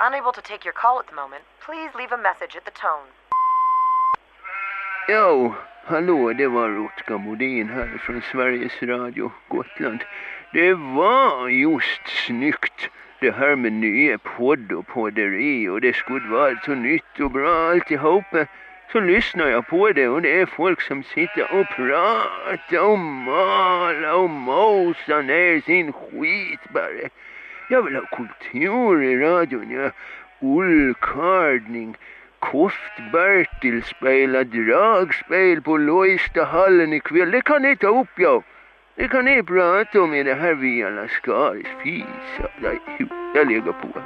unable to take your call at the moment, please leave a message at the tone. Ja, hallå, det var Rutger Modin här från Sveriges Radio Gotland. Det var just snyggt det här med nya podd och podderi och det skulle vara så nytt och bra alltihopa. Så lyssnar jag på det och det är folk som sitter och pratar och malar och mosar ner sin skit bara. Jag vill ha kultur i radion, ja. Ullkardning. Koft-Bertil spelar dragspel på Lojstahallen ikväll. Det kan ni ta upp, ja. Det kan ni prata om i det här Via Lascaris. Fy satan. Jo, Jag lägger på.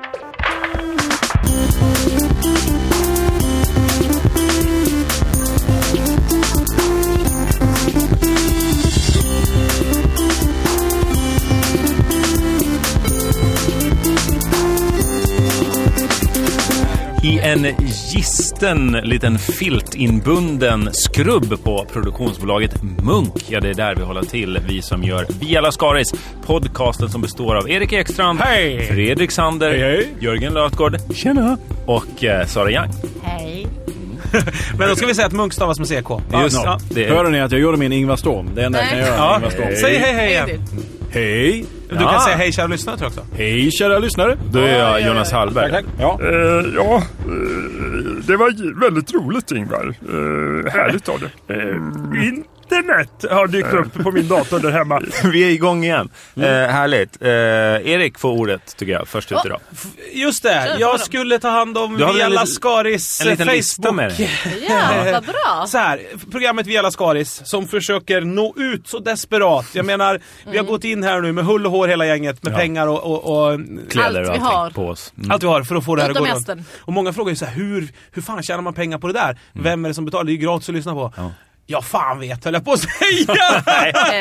I en gisten liten filtinbunden skrubb på produktionsbolaget Munk. Ja, det är där vi håller till, vi som gör Via Lascaris. Podcasten som består av Erik Ekstrand, Hej! Fredrik Sander, Hej, hej. Jörgen Lötgård Tjena. och eh, Sara Young. Hej. Men då ska vi säga att munk stavas med CK. Just, ja. det är- Hör Ah, ni att jag gjorde min Ingvar Storm? Det enda jag kan Nej. göra är Ja. Ingvar Storm. Säg hej hej igen. Hej! Du kan säga hej kära lyssnare tror jag också. Hej kära lyssnare! Då är jag Jonas Hallberg. Ja. Eh, ja, eh, det var ju väldigt roligt Ingvar. Eh, härligt av det. Mm. internet har dykt upp på min dator där hemma. Vi är igång igen. Eh, härligt. Eh, Erik får ordet tycker jag, först ut idag. Just det, jag skulle ta hand om Du har väl Via en liten- Lascaris eh, En liten Facebook. lista med dig. Ja, vad bra. Så här, programmet Via Lascaris som försöker nå ut så desperat. Jag menar, vi har Mm. gått in här nu med hull och hår hela gänget med pengar och, och, och Kläder Allt och vi allting har. på oss. Mm. allt vi har för att få det här att Utom gå hästen. runt. Och många frågar ju så här, hur, hur fan tjänar man pengar på det där? Mm. Vem är det som betalar? Det är ju gratis att lyssna på. Ja, fan vet höll jag på att säga!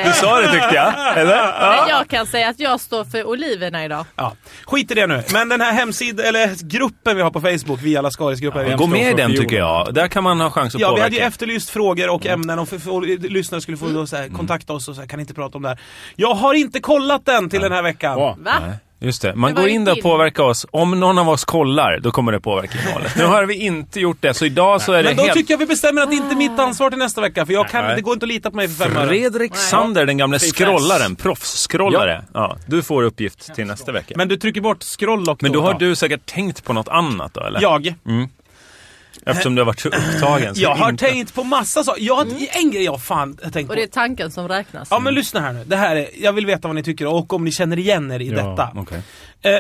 Du sa det tyckte jag, eller? Eh, Men jag kan säga att jag står för oliverna idag. Ja, skit i det nu. Men den här hemsidan, eller gruppen vi har på Facebook, Via Lascaris-gruppen. Gå med i den tycker jag. Där kan man ha chans att Ja, vi påverka. hade ju efterlyst frågor och Mm. ämnen och för, för, lyssnare skulle få då så här, kontakta oss och så här, kan ni inte prata om det här. Jag har inte kollat den till den här veckan. Bra. Va? Just det. Man Det var går ju in där och din. påverkar oss. Om någon av oss kollar, då kommer det påverka innehållet. Nu har vi inte gjort det, så idag så är det Men då helt... Ah. tycker jag vi bestämmer att det inte är mitt ansvar till nästa vecka, för jag kan, Nej. det går inte att lita på mig för fem öre. Fredrik Sander, den gamle fast. scrollaren, proffsskrollare. Ja. du får uppgift till nästa vecka. Men, Men du trycker bort scroll och då har ja. du Mm. säkert tänkt på något annat då, eller? Jag. Eftersom du har varit så upptagen. Så Jag har inte... tänkt på massa saker. Jag, har Mm. En grej jag fan har tänkt på. Och det är tanken som räknas. Ja men lyssna här nu. Det här är, jag vill veta vad ni tycker och om ni känner igen er i Ja, detta. okej. Eh,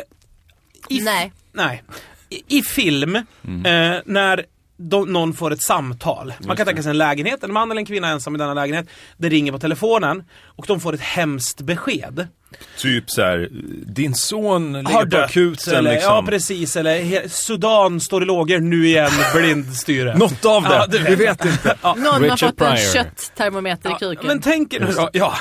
i- Nej. Nej. I, i film, Mm. eh, när de, någon får ett samtal. Man kan tänka sig en lägenhet, en man eller en kvinna ensam i denna lägenhet. Det ringer på telefonen och de får ett hemskt besked. Typ så här, din son ligger Har på dött, akuten eller, liksom. Ja precis, eller he, Sudan står i lågor nu igen, blindstyre. Något av det! Ja, du vet. Vi vet inte. Någon har Richard fått en Pryor. kötttermometer i Ja, kuken. Men tänk er nu då, ja.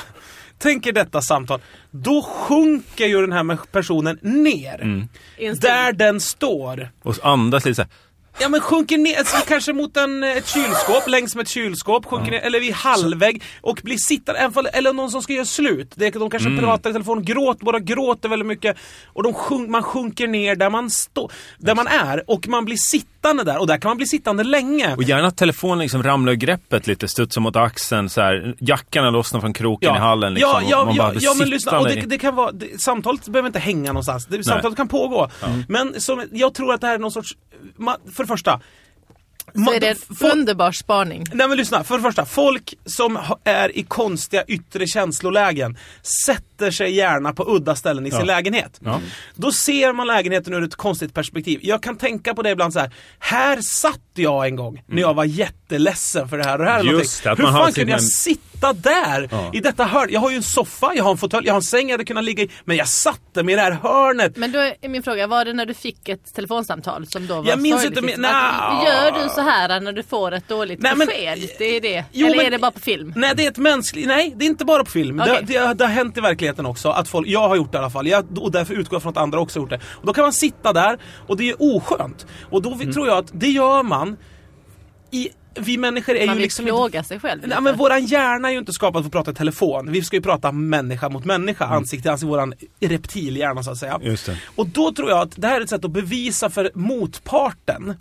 Tänk er detta samtal. Då sjunker ju den här personen ner. Mm. Inställning. Där den står. Och andas lite så här. Ja men sjunker ner, alltså, kanske mot en, eh, ett kylskåp, längs med ett kylskåp, sjunker ner, eller vid halvvägg och blir sittande, även fall, eller någon som ska göra slut. Det, de kanske Mm. pratar i telefon, gråter, båda gråter väldigt mycket. Och de sjunk, man sjunker ner där man, stå, där man är och man blir sittande där och där kan man bli sittande länge. Och gärna att telefonen liksom ramlar ur greppet lite, studsar mot axeln så här. Jackan har lossnat från kroken i hallen liksom. Ja, ja, och man ja, bara ja men lyssna, och det, sittande i- det kan vara, det, samtalet behöver inte hänga någonstans. Det, samtalet kan pågå. Men som, jag tror att det här är någon sorts, ma, för det första. Så ma- är det en fo- underbar spaning. Nej men lyssna, för det första, folk som ha- är i konstiga yttre känslolägen sätter sig gärna på udda ställen i sin lägenhet. Då ser man lägenheten ur ett konstigt perspektiv. Jag kan tänka på det ibland så här. här satt jag en gång när jag var jätteledsen för det här och det här. eller Mm. Just det, någonting. att man Hur har fan sin- kunde jag sitta där i detta hörn? Jag har ju en soffa, jag har en fåtölj, jag har en säng jag hade kunnat ligga i, men jag satte mig i det här hörnet. Men då är min fråga, var det när du fick ett telefonsamtal som då var Jag minns sorgligt, inte, liksom? men- Att- nja. Gör du så här när du får ett dåligt Nej, men- besked? det är det. Jo, Eller men- är det bara på film? Nej, det är ett mänskligt... Nej, det är inte bara på film. Okej. Det, det, det har hänt i verkligheten också. Att folk, jag har gjort det i alla fall. Jag, och därför utgår jag från att andra också har gjort det. Mm. Och då kan man sitta där och det är oskönt. Och då vi- tror jag att det gör man i, vi människor är Man ju vill liksom inte plåga sig själv. Nej, men våran hjärna är ju inte skapad för att prata i telefon. Vi ska ju prata människa mot människa, Mm. ansikte till ansikte, våran reptilhjärna så att säga. Just det. Och då tror jag att det här är ett sätt att bevisa för motparten,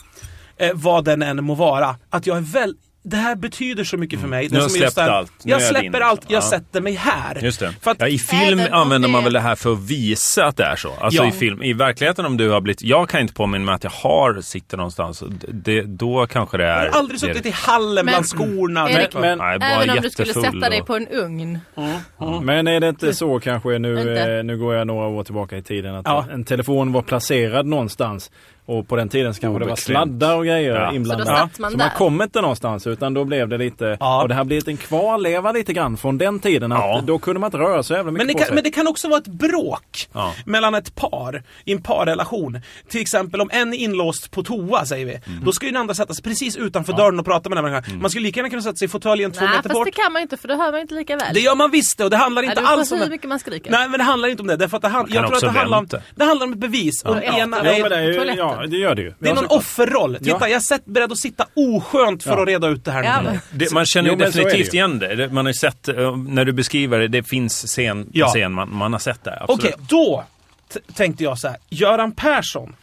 eh, vad den än må vara, att jag är väl det här betyder så mycket för mig. Mm. Nu har som jag är just släppt det här, allt. Nu är Jag jag släpper din, allt, jag liksom. Ja. sätter mig här. Just det. För att, ja, I film Även om använder man det- väl det här för att visa att det är så. Alltså Ja. i, film, I verkligheten om du har blivit... Jag kan inte påminna mig att jag har sikte någonstans. D- Det, då kanske det jag är... har aldrig det är- suttit i hallen Men- bland skorna. Liksom. Erik, Nej, men- Nej, bara Även om du skulle jättefull sätta dig och- på en ugn. Men är det inte så kanske, nu, Vänta. eh, nu går jag några år tillbaka i tiden, att Ja. en telefon var placerad någonstans och på den tiden så kanske det var Obekvämt. sladdar och grejer Ja. inblandade. Så då satt man så man där. kom inte någonstans utan då blev det lite, Ja. och det här blir en kvarleva lite grann från den tiden. Att Ja. Då kunde man inte röra så jävla mycket Men det, på kan, sig. men det kan också vara ett bråk Ja. mellan ett par i en parrelation. Till exempel om en är inlåst på toa, säger vi. Då ska ju den andra sätta sig precis utanför dörren och prata med den här människan. Man skulle lika gärna kunna sätta sig i fåtöljen två Nej, meter fast bort. det Det, kan man ju inte för då hör man ju inte lika väl. gör man visst det och det handlar Nej, inte det beror på alls om... hur en- mycket man skriker. Nej, men det handlar inte om det. Därför att det, hand, kan jag tror att också det handlar, om, vänta. det handlar om ett bevis. Och den ena Ja, Ja, men det, är, är ju, Toaletten. ja, det gör det ju. det är Ja, någon såklart. offerroll. Titta, jag är sett- beredd att sitta oskönt för Ja. att reda ut det här Ja, nu. men- Det, man känner Jo, ju men så är definitivt det ju. igen det. Det- Man har ju sett, eh, när du beskriver det, det finns scen, Ja. scen man, man har sett det. absolut. Okej, då t- tänkte jag så här. Göran Persson.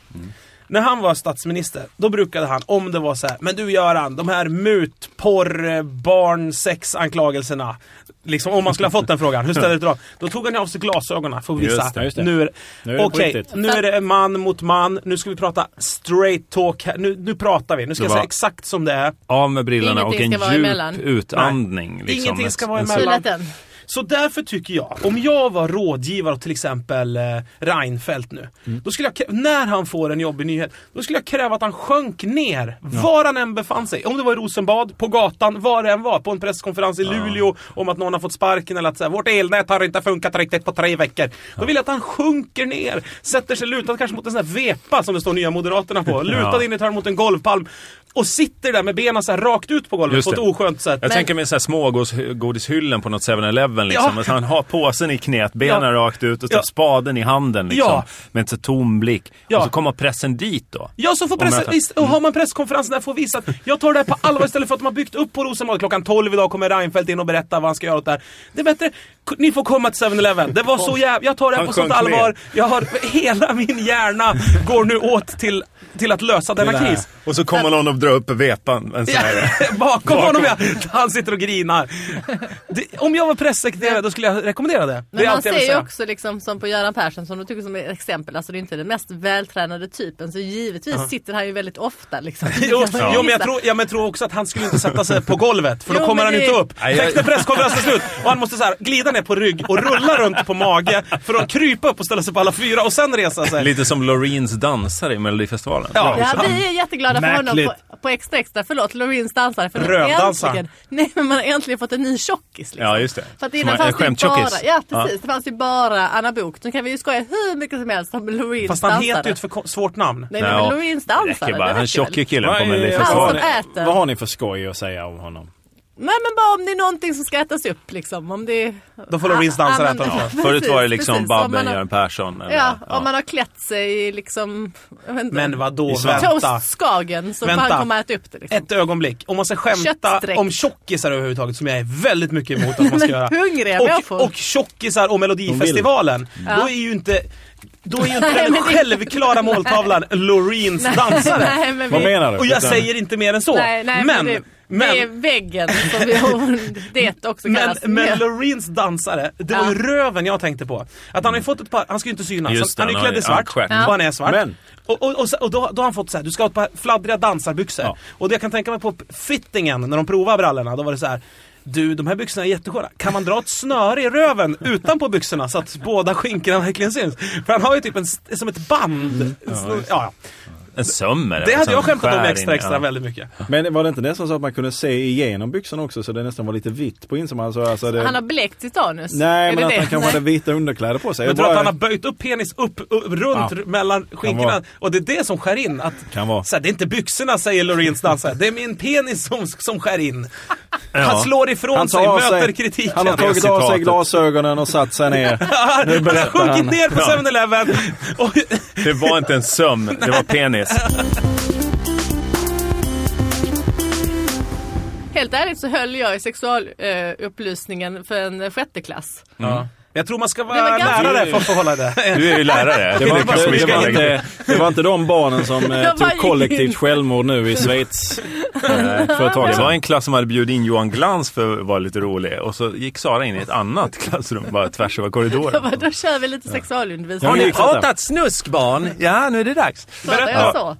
När han var statsminister, då brukade han, om det var så här, men du Göran, de här mut, porr, eh, barn, sexanklagelserna. Liksom, om man skulle ha fått den frågan, hur ställer du dig till dem? Då tog han ju av sig glasögonen för att visa. Just det, just det. Nu är, Nu är det på okej, riktigt. nu är det man mot man, nu ska vi prata straight talk här. Nu, nu pratar vi, nu ska Det jag var- säga exakt som det är. Av med brillorna Ingenting ska och en vara djup emellan. utandning. Liksom. Ingenting ska En- vara en emellan. Filat den. Så därför tycker jag, om jag var rådgivare åt till exempel eh, Reinfeldt nu, Mm. då skulle jag, krä- när han får en jobbig nyhet, då skulle jag kräva att han sjönk ner var han än befann sig. Om det var i Rosenbad, på gatan, var det än var. På en presskonferens i Luleå om att någon har fått sparken eller att så här, vårt elnät har inte funkat riktigt på tre veckor. Då vill jag att han sjunker ner, sätter sig lutad kanske mot en sån här vepa som det står Nya Moderaterna på, lutad in i ett hörn mot en golfpalm och sitter där med benen så här rakt ut på golvet Just på ett det. oskönt sätt. Jag tänker mig så här smågodishyllen på något 7-Eleven. Liksom. Ja. Att Han har påsen i knät, benen Ja. rakt ut och så Ja. spaden i handen. Liksom, Ja. Med en så tom blick. Ja. Och så kommer pressen dit då. Ja, så får Och press, möta- visst, och har man presskonferens där får visa att jag tar det här på allvar istället för att de har byggt upp på Rosenbad. Klockan 12 idag kommer Reinfeldt in och berätta vad han ska göra åt det här. Det är bättre, k- ni får komma till 7-Eleven. Det var så jävla... Jag tar det här Han på sånt sjönk ner. allvar. Jag har, hela min hjärna går nu åt till, till att lösa denna kris. Och så kommer någon och drar upp vepan. En sån Ja, här, bakom honom ja! Han sitter och grinar. Det, om jag var pressekreterare då skulle jag rekommendera det. det Men är man allt jag vill ser ju säga. också liksom som på Göran Persson som du tycker som ett exempel, alltså det är inte den mest vältränade typen så givetvis sitter han ju väldigt ofta liksom. Jo, Det kan man jo, men jag gissa. tror, ja, men jag tror också att han skulle inte sätta sig på golvet för då Jo, kommer han men det- inte upp. Nej, jag- Tänk när presskonferensen är alltså slut och han måste så här, glida ner på rygg och rulla runt på mage för att krypa upp och ställa sig på alla fyra och sen resa sig. lite som Loreens dansare i Melodifestivalen. Ja. Ja, vi är jätteglada för honom Märkligt. på, på Extra Extra, förlåt, Lorins dansare. För Rövdansar. äntligen- Nej men man har äntligen fått en ny tjockis. Liksom. Ja, just det. För att Som innan en- fanns en det ju bara, skämtjockis. ja, precis, det fanns ju bara Anna Bok. Nu kan vi ju skoja hur mycket som helst om Lorins Fast dansare. han heter ju ett för ko- svårt namn. Nej, nej Ja, men Lorins det dansare. räcker bara. det Han räcker väl. tjocke killen på Vad är- Han Melodifestivalen. som äter. Vad har ni för skoj att säga om honom? Nej men bara om det är någonting som ska ätas upp liksom. Om det är... Då får Lorins Ja, dansare ja, äta ah, men- honom. Förut var det liksom Precis, precis. Om man Babben, har- Göran Persson. Eller, Ja, om man har klätt sig i liksom... jag vet inte, Men vadå, Toast. vänta. Toastskagen så får Vänta. han komma och äta upp det liksom. Ett ögonblick. Om man ska skämta Köttsträck. om tjockisar överhuvudtaget, som jag är väldigt mycket emot att man ska Men göra. hungriga människor. och, och tjockisar och Melodifestivalen, då är ju inte då är ju inte Nej, den men det- självklara måltavlan Loreens dansare. Nej, men Vad vi- menar du? Och jag Utan- säger inte mer än så. Nej, nej, men, men, det, men, det är väggen som vi, det också men, kallas. men Loreens dansare, det var ju Ja. röven jag tänkte på. Att han har ju fått ett par, han ska ju inte synas. Just det, han är ju han har klädd i ju- ja, svart, skärp. Ja. han är svart. Men- Och, och, och, så- och då, då har han fått så här, du ska ha ett par fladdriga dansarbyxor. Ja. Och det jag kan tänka mig på fittingen, när de provar brallorna, då var det så här. Du, de här byxorna är jättesköna. Kan man dra ett snöre i röven utanpå byxorna så att båda skinkorna verkligen syns? För han har ju typ en, st- som ett band. Mm. Så- Ja, ja. En sömmer. Det hade som jag skämtat om i skär Extra in- Extra ja. väldigt mycket. Men var det inte nästan så att man kunde se igenom byxorna också så det nästan var lite vitt på insidan? Alltså, alltså det... Han har blekt sitt anus. Nej, Är men det att det? han kanske Nej. hade vita underkläder på sig. Jag Jag tror bara- att han har böjt upp penis upp, upp runt Ja. mellan skinkorna vara. och det är det som skär in. Att, Kan vara. Så här, det är inte byxorna säger Loreens dansare, det är min penis som, som skär in. Han Ja. slår ifrån Han tar sig, av sig- möter kritiken. Han har tagit av sig Citatet. glasögonen och satt sig ner. Han har berättar sjunkit han. ner på 7-Eleven. Och- Det var inte en söm, det var penis. helt ärligt så höll jag i sexualupplysningen för en sjätteklass. Jag tror man ska Det vara var ganska- lärare för att få hålla det. Du är ju lärare. Det var, inte, kanske vi det, ska var lägga till. inte, det var inte de barnen som eh, Jag bara tog gick in. kollektivt självmord nu i Schweiz. för ett tag Det sedan. Det var en klass som hade bjudit in Johan Glans för att vara lite rolig och så gick Sara in i ett annat klassrum bara tvärs över Jag korridoren. bara, då kör vi lite sexualundervisning. Ja, Har men- ni pratat snusk barn? Ja, nu är det dags. Pratar jag så?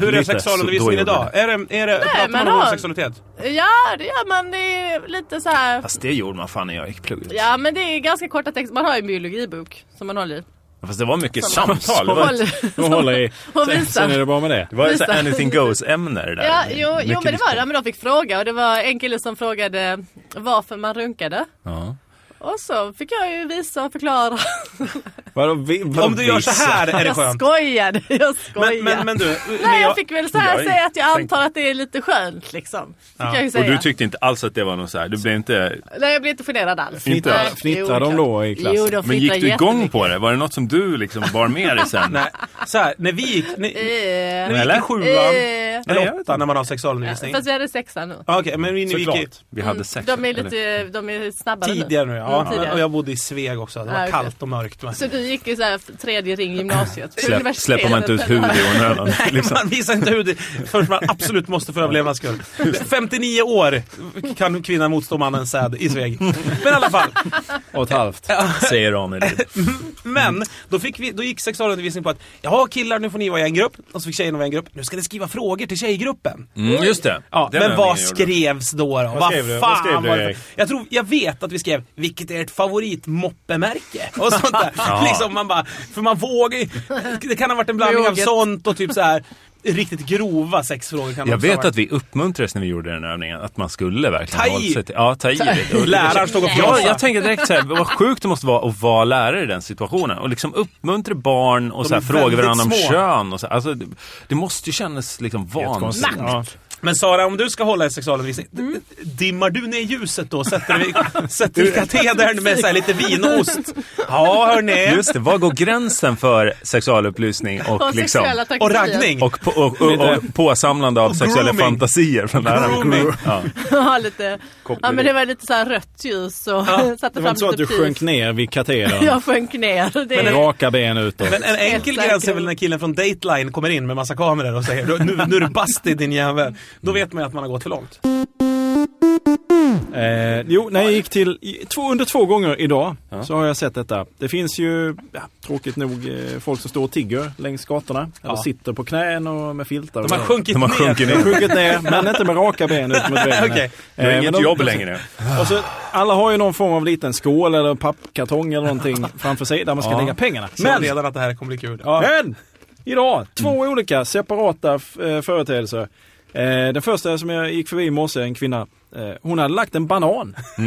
Hur är Lite, sexualundervisningen så då idag? gjorde Är det, är det, pratar men man om har- sexualitet? Ja, det gör man. Det är lite så här. Fast det gjorde man fan när jag gick plugget. Ja, men det är ganska korta texter. Man har ju en biologibok som man håller i. Fast det var mycket samtal. Det var, Håller- De håller i. Och Sen är visar. det bara med det. det var ju så Just det. här anything goes-ämne det där. Ja, jo, jo Mycket men det var diskussion. det. Men de fick fråga och det var en kille som frågade varför man runkade. Ja. Och så fick jag ju visa och förklara. Vadå, vi, vadå, Om du gör så här är det Jag skönt. skojade, jag skojade. Men, men, men du, när Nej, jag jag, fick väl så här jag- säga att jag tänkte- antar att det är lite skönt liksom. Fick jag ju Och du säga. tyckte inte alls att det var något så här, du blev inte... Nej, jag blir inte generad alls. Inte Nej, alls. jo, Fnittrar de klart. då i klassen? Jo, de Men fnittrar gick du igång jättemycket. på det? Var det något som du liksom bar med dig sen? nej, så här, när vi gick, när, Eh, när vi gick i Eller? sjuan, eh, Nej, jag eller vet åttan, när man har ja, sexualundervisning. Fast vi hade sexan nu. Ja, Okej, men vi, vi gick i, Såklart. Vi hade sex. De är eller? lite de är snabbare tidigare nu. Ja. Mm, tidigare. Och jag bodde i Sveg också. Det Ja, var okej. kallt och mörkt. Men. nu. Så du gick ju så här tredje ring gymnasiet. Släpp, släpper man inte ut hud i onödan? liksom. Man visar inte hur det förrän man absolut måste för överlevnads skull. 59 år kan kvinnan motstå mannens säd i Sveg. Men i alla fall. Och ett halvt. Säger Ranelid. Men då, fick vi, då gick sexualundervisning på att ja killar nu får ni vara i en grupp och så fick tjejerna vara i en grupp. Nu ska ni skriva frågor till tjejgruppen. Mm, just det. Ja, Den men övningen vad gjorde du. skrevs då? då? Vad, skrev du? fan Vad skrev du, var det Erik? för... Jag, tror, jag vet att vi skrev “Vilket är ert favoritmoppemärke?” och sånt där. liksom man bara, för man vågar ju- Det kan ha varit en blandning av Moget. sånt och typ så här riktigt grova sexfrågor kan det Jag också ha vet varit. att vi uppmuntrades när vi gjorde den övningen, att man skulle verkligen Ta i. hålla sig till... Ja, ta i lite. Och- Läraren stod och Ja, flåsade. jag tänker direkt så här, vad sjukt det måste vara att vara lärare i den situationen. Och liksom uppmuntra barn och så här, är fråga väldigt varandra om små. kön. Och så, här. alltså, det, det måste ju kännas liksom vansinnigt. Jättekonstigt. Ja. Men Sara, om du ska hålla en sexualundervisning, d- dimmar du ner ljuset då? Sätter vi, sätter vi katedern med så här lite vin och ost? Ja, hörni. Just det, var går gränsen för sexualupplysning och, Och liksom... sexuella Och trakasserier. raggning. Och, på, och, och, och påsamlande av sexuella grooming. fantasier från Grooming. läraren. Ja. Ja, lite. Koppleri. Ja, men det var lite så här rött ljus och satte Det var fram inte så att lite du sjönk pris. ner vid katedern? Jag sjönk ner. Det är... Raka ben utåt. Men en enkel säkert. gräns är väl när killen från Dateline kommer in med massa kameror och säger nu, nu är du bast i din jävel. Då vet man ju att man har gått för långt. Eh, jo, när jag gick till, i- två, under två gånger idag så har jag sett detta. Det finns ju, ja, tråkigt nog, eh, folk som står och tigger längs gatorna. Eller sitter på knän och med filtar. och De har grejer. sjunkit De har ner. sjunkit De har ner. sjunkit ner, men inte med raka ben ut mot väggen. Okej. Du har Eh, men inget de- jobb längre. Och så, alla har ju någon form av liten skål eller pappkartong eller någonting framför sig där man ska lägga pengarna. Men Men redan att det Mm. här kommer bli kul. Ja. Men! Idag, två olika separata f- eh, företeelser. Eh, den första som jag gick förbi i morse, en kvinna, eh, hon hade lagt en banan Mm.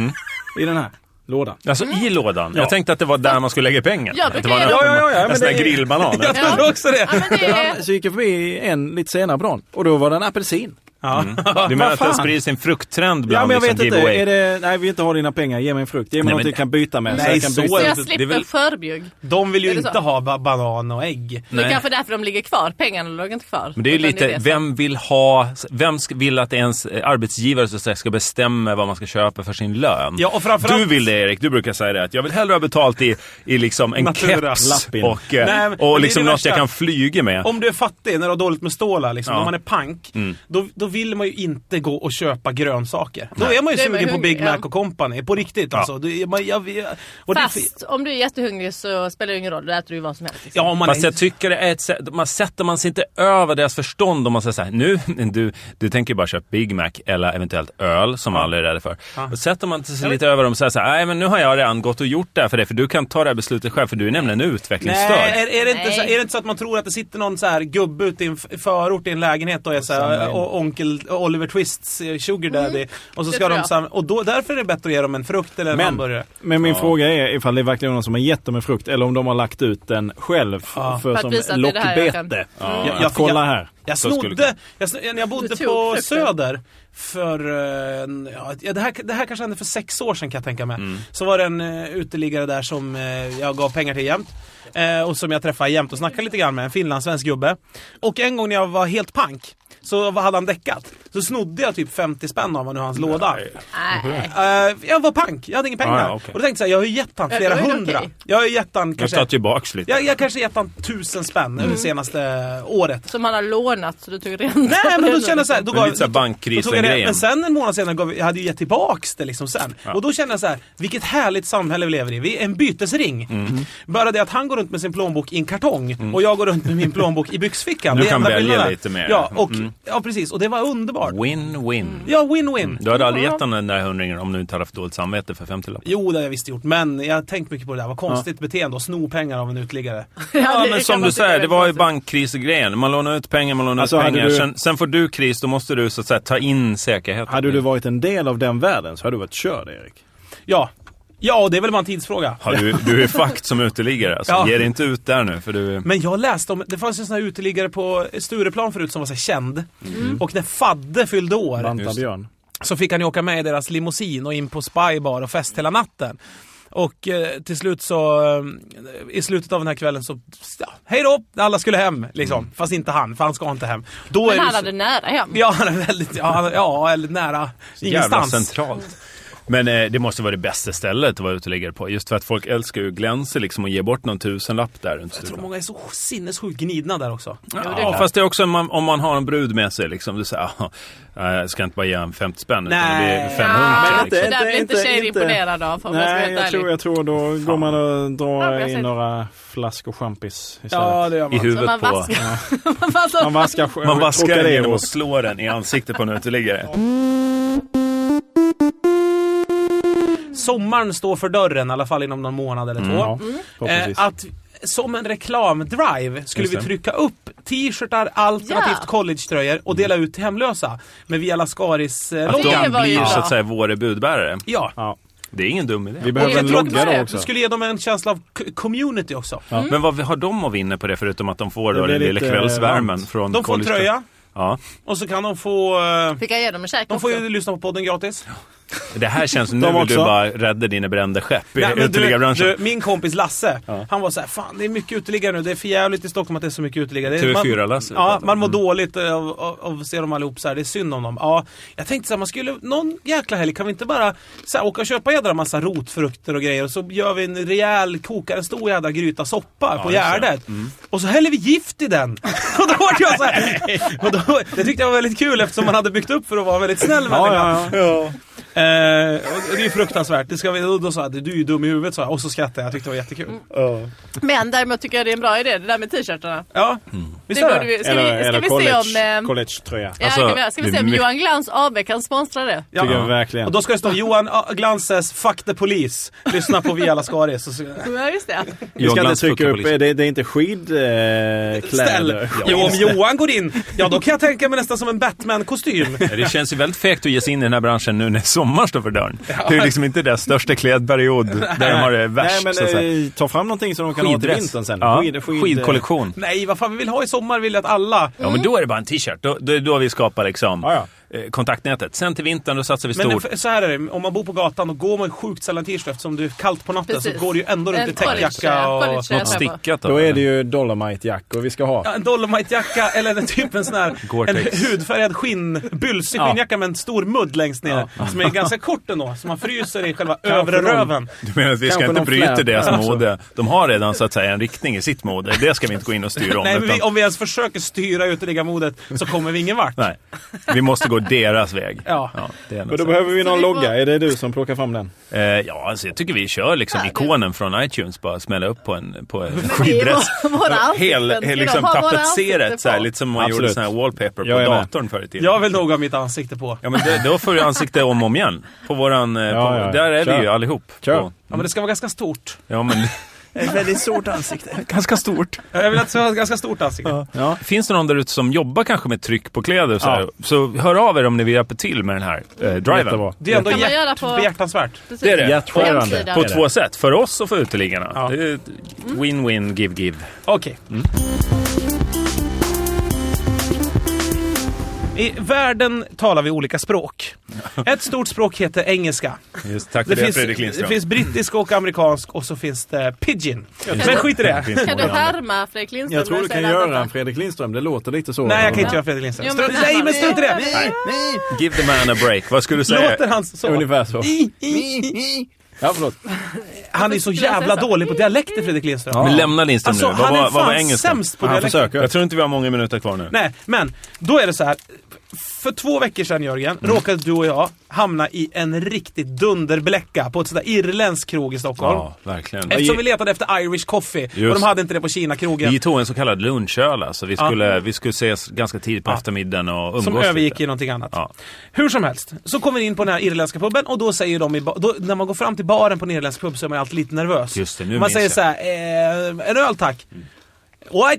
i den här lådan. Alltså i lådan. Jag tänkte att det var där man skulle lägga pengar. Jag Att det brukar var en, göra- Ja, ja, ja, ja, en men sån där det är- grillbanan. Jag trodde också det. Ja, men det är... Så gick jag förbi en lite senare på dagen och då var det en apelsin. Ja. Du menar att Vad det har fan? spridits en frukttrend Ja, bland men jag vet liksom, inte. giveaway? Är det, nej, vi vill inte ha dina pengar. Ge mig en frukt. Ge mig Nej, något men- jag kan byta med. Nej, jag kan så byta. är Så Nej, det jag inte. Det är slipper väl- förbjugg. De vill ju Är det så? inte ha ba- banan och ägg. Det är Nej. kanske därför de ligger kvar. Pengarna låg inte kvar. Men det är ju Utan lite, det som- vem vill ha, vem sk- vill att ens eh, arbetsgivare så att säga, ska bestämma vad man ska köpa för sin lön? Ja, och framförallt- du vill det Erik, du brukar säga det att jag vill hellre ha betalt i, i liksom en Natura. keps Lappin. och, eh, Nej, men det är och liksom det något jag värsta. kan flyga med. Om du är fattig, när du har dåligt med stålar, liksom, Ja. Mm. om man är pank, då, då vill man ju inte gå och köpa grönsaker. Då Nej. är man ju Det är man sugen på hungrig, Big Mac ja. och company, på riktigt alltså. Det är, man, jag, jag, och det är fi- Fast om du är jättehungrig så spelar det ingen roll. Då äter du ju vad som helst. Liksom. ja, om man Fast är, jag tycker det är ett sätt, man sätter man sig inte över deras förstånd om man säger så här, nu, du, du tänker ju bara köpa Big Mac eller eventuellt öl som alla är rädda för. Och sätter man sig lite över dem och säger så här, nej men nu har jag redan gått och gjort det här för dig för du kan ta det här beslutet själv för du är nämligen utvecklingsstörd. Nej, eh, är, är, det inte Nej. så, är det inte så att man tror att det sitter någon så här gubbe ute i en f- förort i en lägenhet och är så här, och onkel Oliver Twists eh, sugar daddy. Och så ska Mm. tror de jag. sam- och då, därför är det bättre att ge dem en frukt eller en Men- hamburgare. Men min fråga är ifall det är verkligen någon som har gett dem en frukt eller om de har lagt ut den själv Ja. för För att som visa att det är det här jag kan- lockbete. Mm. Jag- Att jag- kolla här. Jag Så skulle snodde, jag snodde, när jag bodde Du tog på frukten. Söder för, eh, en- ja, ja, det, här, det här kanske hände för sex år sedan kan jag tänka mig. Mm. Så var det en eh, uteliggare där som eh, jag gav pengar till jämt. Eh, och som jag träffade jämt och snackade lite grann med, en finlandssvensk gubbe. Och en gång när jag var helt pank, så var- hade han deckat. Så snodde jag typ 50 spänn av honom ur hans låda. Nej. Eh, jag var pank, jag hade inga pengar. Ah, ja, okej. Och då tänkte jag, så här, jag har ju gett han Ja, flera då är det hundra. okej. Jag har ju gett han Jag ska kanske... tillbaks lite. Jag, jag kanske gett han tusen spänn mm. det senaste året. Som han har lånat så du tog ränta. Nej men då kände jag såhär, då Men gav lite såhär då- då tog jag det. bankkrisen-grejen. Men sen en månad senare gav, jag hade ju gett tillbaks det liksom sen. Och då kände jag så här: vilket härligt samhälle vi lever i. Vi är en bytesring. Mm. Bara det att han går runt med sin plånbok i en kartong och jag går runt med min plånbok i byxfickan. Du Det är Mm. kan enda välja skillnaden. lite mer. Mm. Ja, och, ja precis. Och det var underbart. Win-win. Ja, win-win. Du hade aldrig gett honom den där hundringen om du inte hade haft dåligt samvete för 50 lapp. Jo, det har jag visst gjort. Men jag har tänkt mycket på det där. Vad konstigt beteende att sno pengar av en uteliggare. Ja, det men kan som man du tycka säger, är det var ju konstigt. bankkrisgrejen. Man lånar ut pengar, man lånar Alltså, ut hade pengar. du- Sen, sen får du kris, då måste du så att säga ta in säkerheten. Hade du varit en del av den världen så hade du varit körd Erik. Ja. Ja, och det är väl bara en tidsfråga. Har du, du är fakt som uteliggare alltså. Ja. Ge dig inte ut där nu för du... Men jag läste om, det fanns ju en sån här uteliggare på Stureplan förut som var så här känd. Och när Fadde fyllde år Bantabjörn. så fick han ju åka med i deras limousin och in på Spybar och fest hela natten. Och eh, till slut så, eh, i slutet av den här kvällen så, ja, hej då! Alla skulle hem liksom. Mm. Fast inte han, för han ska inte hem. Då Men är det han så- hade nära hem. Ja, han är väldigt, ja, han, ja, eller nära Jävla ingenstans. centralt. Men eh, det måste vara det bästa stället att vara uteliggare på. Just för att folk älskar ju glänser liksom och ger bort någon tusenlapp där runt Jag tror stugan. många är så sinnessjukt gnidna där också. Ja, fast det är också om man, om man har en brud med sig liksom. Du säger, ah, jag ska inte bara ge en 50 spänn utan det Nej. blir 500. Ja, liksom. Men det inte- där blir inte inte- tjejer inte- imponerad av om man ska vara Nej, helt jag ärlig. tror, jag tror då går man och Ja, men drar jag in ser- några flaskor champis istället. Ja, det gör I man. Så man huvudet på... vaskar. man vaskar. Man vaskar, Man vaskar den genom Trocadero. att slå den i ansiktet på en uteliggare. Sommaren står för dörren, i alla fall inom någon månad eller Mm, två. Ja, Eh, förhoppningsvis. att som en reklamdrive skulle Just vi det. trycka upp t-shirtar alternativt Ja. collegetröjor och dela ut till hemlösa med Via Lascaris eh, Mm. Att Det de loggan. var ju blir bra. så att säga våra budbärare. Ja. Ja. Det är ingen dum idé. Vi behöver jag en tror att logga man- då Det också. skulle ge dem en känsla av c- community också. Men vad har de att vinna på det förutom att de får Mm. Det då blir den lilla lite kvällsvärmen varmt. från De får en college- tröja Ja. och så kan de få... eh, Fick jag ge dem en käk De får också? ju lyssna på podden gratis. Det här känns... Nu vill du också. bara rädda dina brända skepp i Nej, men du, uteliggarbranschen. du, min kompis Lasse, han var så här, fan det är mycket uteliggare nu. Det är för jävligt i Stockholm att det är så mycket uteliggare. Det är- man- TV4-Lasse. Ja, man mår dåligt eh, av, av, av att se dem allihop så här. Det är synd om dem. Ja, jag tänkte så här, man skulle, någon jäkla helg kan vi inte bara så här, åka och köpa jädra massa rotfrukter och grejer och så gör vi en rejäl, kokar en stor jädra gryta soppa just på det. Gärdet. Mm. Och så häller vi gift i den! och då var jag så här, och då, Det tyckte jag var väldigt kul eftersom man hade byggt upp för att vara väldigt snäll Ja, människa. ja, ja. Eh, och det är fruktansvärt. Det ska vi, och då sa jag, du är ju dum i huvudet sa jag. Och så skrattade jag, jag tyckte det var jättekul. Men däremot tycker jag det är en bra idé, det där med t-shirtarna. Ja, Mm. visst Det är borde det? vi, ska Eller, vi, ska eller vi se om... college, ehm, college-tröja. Ja, Alltså, det kan vi göra. ska vi det se är om mycket- Johan Glans AB kan sponsra det? Tycker jag Ja. verkligen. Och då ska det stå Johan ah, Glanses Fuck the Police. Lyssna på Via Lascaris. Och så, Ja, just det. Vi ska inte Glans trycka upp, fotopolis. det, det är inte skidkläder. Eh, ställ! kläder. Jo, om Johan går in, ja då kan jag tänka mig nästan som en Batman-kostym. Det känns ju väldigt fegt att ge sig in i den här branschen nu när sommaren står för dörren. Det är ju liksom inte deras största klädperiod där de har det Nej värst. men så att säga. eh, ta fram någonting som de kan ha till Skiddress. vintern sen. Ja, Skid- skid- Skidkollektion. Nej, vad fan vi vill ha i sommar vill jag att alla... Ja, men då är det bara en t-shirt. Då, då, då har vi skapat liksom, Ja, eh, kontaktnätet. Sen till vintern, då satsar vi Men stort. f- så här är det, om man bor på gatan då går man sjukt sällan t-shirt eftersom det är kallt på natten Precis. så går du ju ändå runt i En collegetröja, täckjacka och... collegetröja. Något stickat Då är det ju Dolomite-jackor vi ska ha. Ja, en dolomite-jacka eller en typ en sån här en Gore-Tex. hudfärgad skinn, bylsig Ja. skinnjacka med en stor mudd längst ner. Som är ganska kort ändå, så man fryser i själva övre någon- röven. Du menar att vi ska Kanske inte någon bryta flärp. deras Ja, Alltså. så. mode? De har redan så att säga en riktning i sitt mode. Det ska vi inte gå in och styra om. Nej, men utan, vi, om vi ens försöker styra uteliggarmodet så kommer vi ingen vart. nej, vi måste gå deras väg. Ja. det är Men ändå så. då behöver vi någon vi får- logga. Är det du som plockar fram den? Eh, ja, alltså, jag tycker vi kör liksom Ja, det- ikonen från iTunes. Bara smälla upp på en, på en Det är skidress. vår- våra ansikten. Hel, Ska hel, de liksom ha våra ansikten tapetserat så här, på? lite som man gjorde Absolut. sån här wallpaper på Jag är med. datorn förr i tiden. Jag vill nog ha mitt ansikte på. Ja, men det, då får du ansikte om och om igen. På våran, eh, Ja, på, ja, ja. Där är vi Kör. ju allihop. Kör. På, Ja, men det ska vara ganska stort. ja, men, Ett väldigt stort ansikte. ganska stort. Ja, jag vill att det ska vara ett ganska stort ansikte. Ja. Finns det någon där ute som jobbar kanske med tryck på kläder och så, här, Ja. så hör av er om ni vill hjälpa till med den här eh, driven. Jättebra. Det är ändå Kan man göra hjärt, på- behjärtansvärt. Precis. Det är det. Hjärtskärande. Hemsida. På Det är två sätt, för oss och för uteliggarna. Ja. Det är ett Mm. Win-win, give-give. Okej. I världen talar vi olika språk. Ett stort språk heter engelska. Just, tack för Det, det, finns, Fredrik det Lindström. finns brittisk och amerikansk och så finns det pidgin. Men skit i det. finns Kan många du andra. härma Fredrik Lindström? Jag tror när du kan säger göra en detta? Fredrik Lindström. Det låter lite så. Nej, jag kan inte göra Fredrik Lindström. Jo, men Strunt, han- nej, men strunt i det! Nej, nej, Give the man a break. Vad skulle du säga? Låter han så? Ungefär så. I, i, nej, nej. Ja, förlåt. Han är så jävla dålig på dialekter, Fredrik Lindström. Men lämna Lindström Alltså, nu. Vad han är var, vad var fan engelska? sämst på han dialekter. försöker. Jag tror inte vi har många minuter kvar nu. Nej, men då är det så här. För två veckor sedan Jörgen, Mm. råkade du och jag hamna i en riktigt dunderbläcka på ett sånt där irländsk krog i Stockholm. Ja, verkligen. Eftersom vi letade efter Irish coffee och Just. de hade inte det på Kina-krogen. Vi tog en så kallad lunchöl alltså. Vi skulle, vi skulle ses ganska tidigt på eftermiddagen och umgås Som övergick lite. i någonting annat. Ja. Hur som helst, så kommer vi in på den här irländska puben och då säger de i ba- då, När man går fram till baren på en irländsk pub så är man alltid lite nervös. Just det, nu man minns säger jag. Mm. så här, eh, en öl tack. What?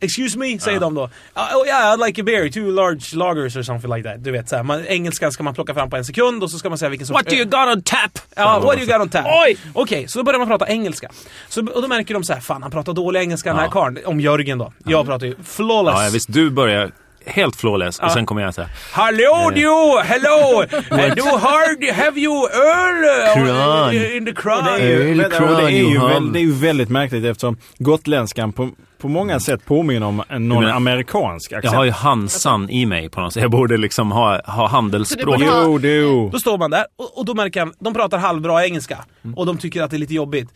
Excuse me, säger de då. Uh, oh yeah, I'd like a beer, two large lagers or something like that. Du vet, så här, man, engelskan ska man plocka fram på en sekund och så ska man säga vilken sorts... What do you got on tap? Ja, what do you got on tap? Oj! Okej, så då börjar man prata engelska. Så, och då märker de så här, fan han pratar dålig engelska den här Ja. karln. Om Jörgen då. Jag pratar ju flawless. Ja, ja, visst. Du börjar helt flawless och sen kommer jag säga Hallå du! Hello! Eh, du har, have you öl eh, Kran. in- in the crown? Det är ju, vänta, Ölkran, det är ju, Johan. väl- det är ju väldigt märkligt eftersom gotländskan på, på många sätt påminner om en- någon menar- amerikansk jag accent. har ju Hansan i mig på något sätt. Jag borde liksom ha, ha handelsspråk. Så det borde Jo, jo. Då står man där och, och då märker han, de pratar halvbra engelska Mm. och de tycker att det är lite jobbigt.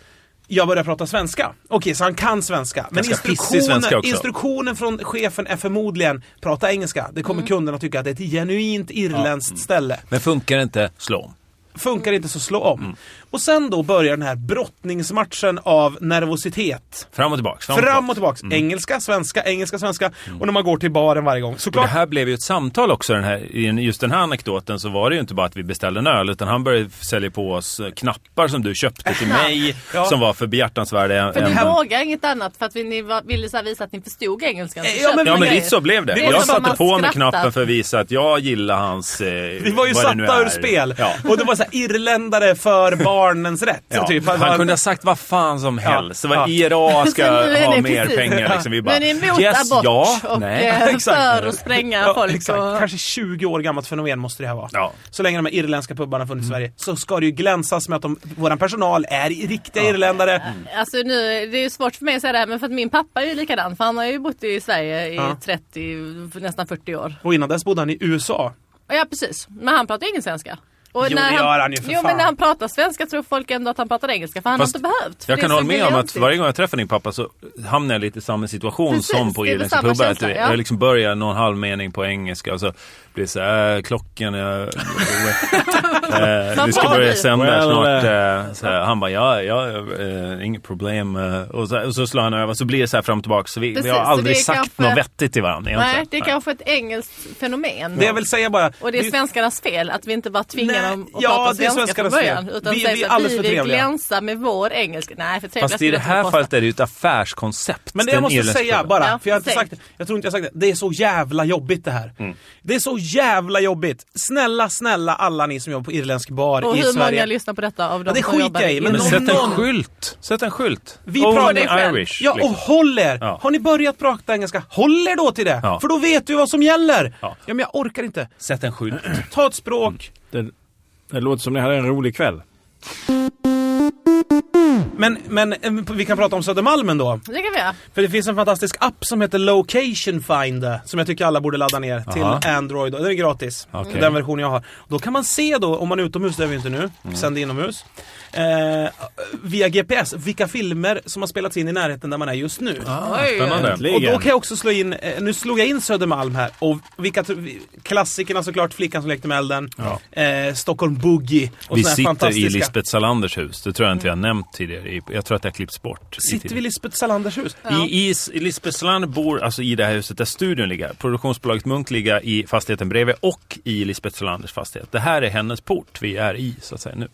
Jag börjar prata svenska. Okej, så han kan svenska. Men Ganska pissig instruktionen, svenska också. instruktionen från chefen är förmodligen prata engelska. Det Mm. kommer kunderna tycka att det är ett genuint irländskt ställe. Men funkar det inte, slå om. Funkar inte så slå om. Mm. Och sen då börjar den här brottningsmatchen av nervositet. Fram och tillbaks. Fram och Fram tillbaks. och tillbaks. Engelska, svenska, engelska, svenska. Mm. Och när man går till baren varje gång. Och det Såklart. här blev ju ett samtal också. Den här, I en- just den här anekdoten så var det ju inte bara att vi beställde en öl utan han började sälja på oss eh, knappar som du köpte till mig Ja. som var för behjärtansvärda. För än- ni vågar inget annat för att vi- ni var- ville så här visa att ni förstod engelskan. så Ja, köpte men- ni Ja men grejer. lite så blev det. Det är jag som om satte man på mig skrattar. knappen för att visa att jag gillar hans... Eh, Vi var ju vad det nu satta är. ur spel. Ja. Och det var så här, irländare för barnens rätt. Ja. Typ. Han, var- kunde ha sagt vad fan som helst. Ja. Vad IRA ska Så nu är ha ni mer precis- pengar. Liksom. Vi Nu bara, är ni emot yes, abort ja, och nej. eh, Exakt. för att spränga Ja, folk. exakt. Och... Kanske 20 år gammalt fenomen måste det här vara. Ja. Mm. Så länge de här irländska pubbarna funnits i Sverige så ska det ju glänsas med att de, våran personal är riktiga irländare. Mm. Alltså nu, det är ju svårt för mig att säga det här men för att min pappa är ju likadan för han har ju bott i Sverige i Ja. 30, nästan 40 år. Och innan dess bodde han i USA. Och Ja precis, men han pratar ju ingen svenska. Och Jo, det gör han ju för Jo fan. men när han pratar svenska tror folk ändå att han pratar engelska för han Fast har inte behövt. för Jag det kan är så hålla med om att briljant. varje gång jag träffar din pappa så hamnar jag lite i samma situation Precis, som på det är väl Irländska samma pubbar. känsla, Att ja. Jag liksom börjar någon halv mening på engelska och så blir det så här, äh, klockan är... eh, vi ska Vad var börja det? sända Well, snart. eh, så här, han bara, ja, ja, eh, inget problem. eh, och, så, och så slår han över, så blir det så här fram och tillbaka. Så vi, vi Precis, har så aldrig det är sagt kanske- något vettigt till varandra Nej egentligen. det är kanske ett engelskt fenomen. Det jag vill säga bara... Och det är vi- svenskarnas fel att vi inte bara tvingar Nej, dem att ja, det prata är svenska från svenskarnas början. fel. Utan Vi- vi, säger vi är så här, alldeles vi för vill trevliga." glänsa med vår engelska. Nej för trevliga Fast i skulle det jag inte här påstå. fallet är det ju ett affärskoncept. Men det den jag måste irländska säga puben. bara, Ja, för jag, har inte säg. sagt, det. jag tror inte jag har sagt det. Det är så jävla jobbigt det här. Mm. Det är så jävla jobbigt. Snälla, snälla alla ni som jobbar på irländsk bar Och i hur Sverige. många lyssnar på detta av de Ja, det som skiter jobbar jag i, men Men Någon- sätt en någon- skylt! Sätt en skylt! Vi Only pratar- Irish. Ja, oh. liksom. och håll er! Ja. Har ni börjat prata engelska, håll er då till det! Ja. För då vet du vad som gäller! Ja. Ja. men jag orkar inte. Sätt en skylt. Ta ett språk. Det, det låter som ni hade en rolig kväll. Men, men eh, vi kan prata om Södermalm ändå. Det kan vi göra. För det finns en fantastisk app som heter Location Finder. Som jag tycker alla borde ladda ner till Aha. Android. Den är gratis. Okej. Den version jag har. Då kan man se då, om man är utomhus, det är vi inte nu, Mm. sänd inomhus. Eh, via GPS, vilka filmer som har spelats in i närheten där man är just nu. Ah, Oj. Spännande. Och då Äntligen. kan jag också slå in, eh, nu slog jag in Södermalm här och vilka tro- vi- klassikerna såklart, Flickan som lekte med elden, eh, Stockholm Boogie och Vi såna här sitter i fantastiska. Mm. Lisbeth Salanders hus. Det tror jag inte jag har nämnt tidigare. I- Jag tror att det har klippts bort. i Sitter vi i tiden. Lisbeth Salanders hus? I, i, I Lisbeth Salander bor, alltså i det här huset där studion ligger, produktionsbolaget Munk ligger i fastigheten bredvid och i Lisbeth Salanders fastighet. Det här är hennes port vi är i, så att säga, nu.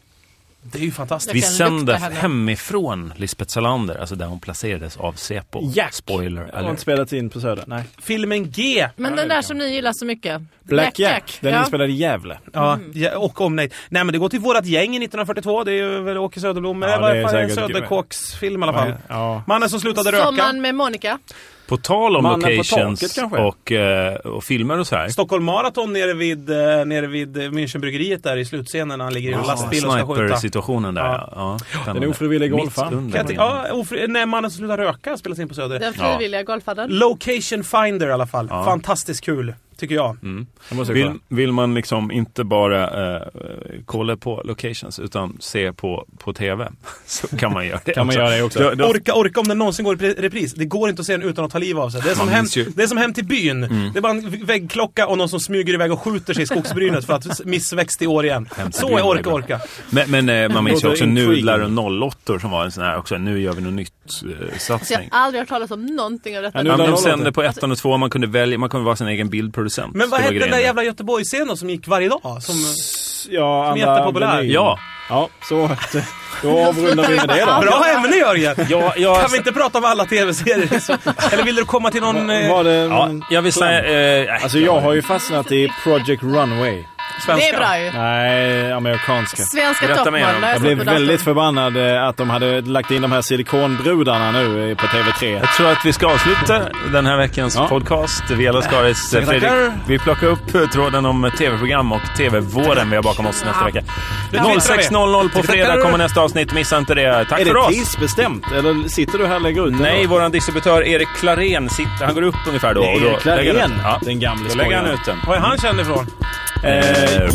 Det är ju fantastiskt. Vi kan sänder lukta henne. hemifrån Lisbeth Salander, alltså där hon placerades av Säpo. Jack. Spoiler Har alert. inte spelats in på Söder? Nej. Filmen G. Men den där som ni gillar så mycket. Black Jack. Den är ja. inspelad i Gävle. Ja, ja, och om nej. Nej men det går till vårat gäng i 1942. Det är ju väl Åke Söderblom. Ja, eller vad det är fan är det? säkert- Söderkåks film i alla fall. Ja. Mannen som slutade röka. Sommaren med Monica. På tal om Mannen på taket, locations kanske? och, eh, och filmer och så här. Stockholm Marathon nere vid, eh, nere vid eh, Münchenbryggeriet där i slutscenen när han ligger i en lastbil och ska skjuta. Sniper-situationen där. Ja. Ja. Ja. Den ofrivilliga Mitt golfaren. under. Kan jag tänka- Ja, ofri- när mannen som slutar röka spelas in på Söder. Den frivilliga golfaren. Location Finder i alla fall. Ja. Fantastiskt kul, tycker jag. Det måste jag Vill, kolla. vill man liksom inte bara eh, kolla på locations utan se på, på TV så kan man göra det. Kan man göra det också? Då, då, Orka, orka om den någonsin går i pre- repris. Det går inte att se den utan att ta liv av sig. Det är som, Man hem, minns ju- Mm. det är som hem till byn. Det är bara en väggklocka och någon som smyger iväg och skjuter sig i skogsbrynet för att s- missväxt i år igen. Hem till Så byn är är orka, bra. orka. men men eh, man minns ju Låter också intriguing. nudlar och nollåttor som var en sån här också. Nu gör vi något nytt eh, Alltså, Så jag har satsning. aldrig hört talas om någonting av detta. Ja, nu Ja, men de nollåttor. sände på ettan och tvåan, man kunde välja, man kunde vara sin egen bildproducent. Men vad Det var hette den där grejen. jävla Göteborgsscenen som gick varje dag? Som, Ja, Som är Anna jättepopulär. Welin. Ja, Ja, så då avrundar vi med det då. bra ämne Jörgen! ja, ja, Kan vi inte prata om alla tv-serier? Så- Eller vill du komma till någon eh, Var det ja, någon- jag vill säga... Eh, nej, Alltså jag har ju fastnat i Project Runway. svenska? Det är bra ju. Nej, amerikanska. Svenska Berätta mer om toppmodellen. det. har Jag sett blev på datorn. väldigt förbannad eh, att de hade lagt in de här silikonbrudarna nu eh, på TV3. Jag tror att vi ska avsluta den här veckans Ja. podcast. Vi alla Skaris eh, Fredrik. Vi plockar upp eh, tråden om eh, tv-program och tv-våren vi har bakom oss nästa vecka. 06.00 på fredag kommer nästa avsnitt. Missa inte det. Tack Är för det oss! tidsbestämt? Eller sitter du här och lägger ut den Nej, då? vår distributör Erik Klarén sitter... Han går upp ungefär då. och då Erik lägger han Klarén, ut- Ja, den gamle då lägger han skojaren. ut den. Var är han känd ifrån? Eh,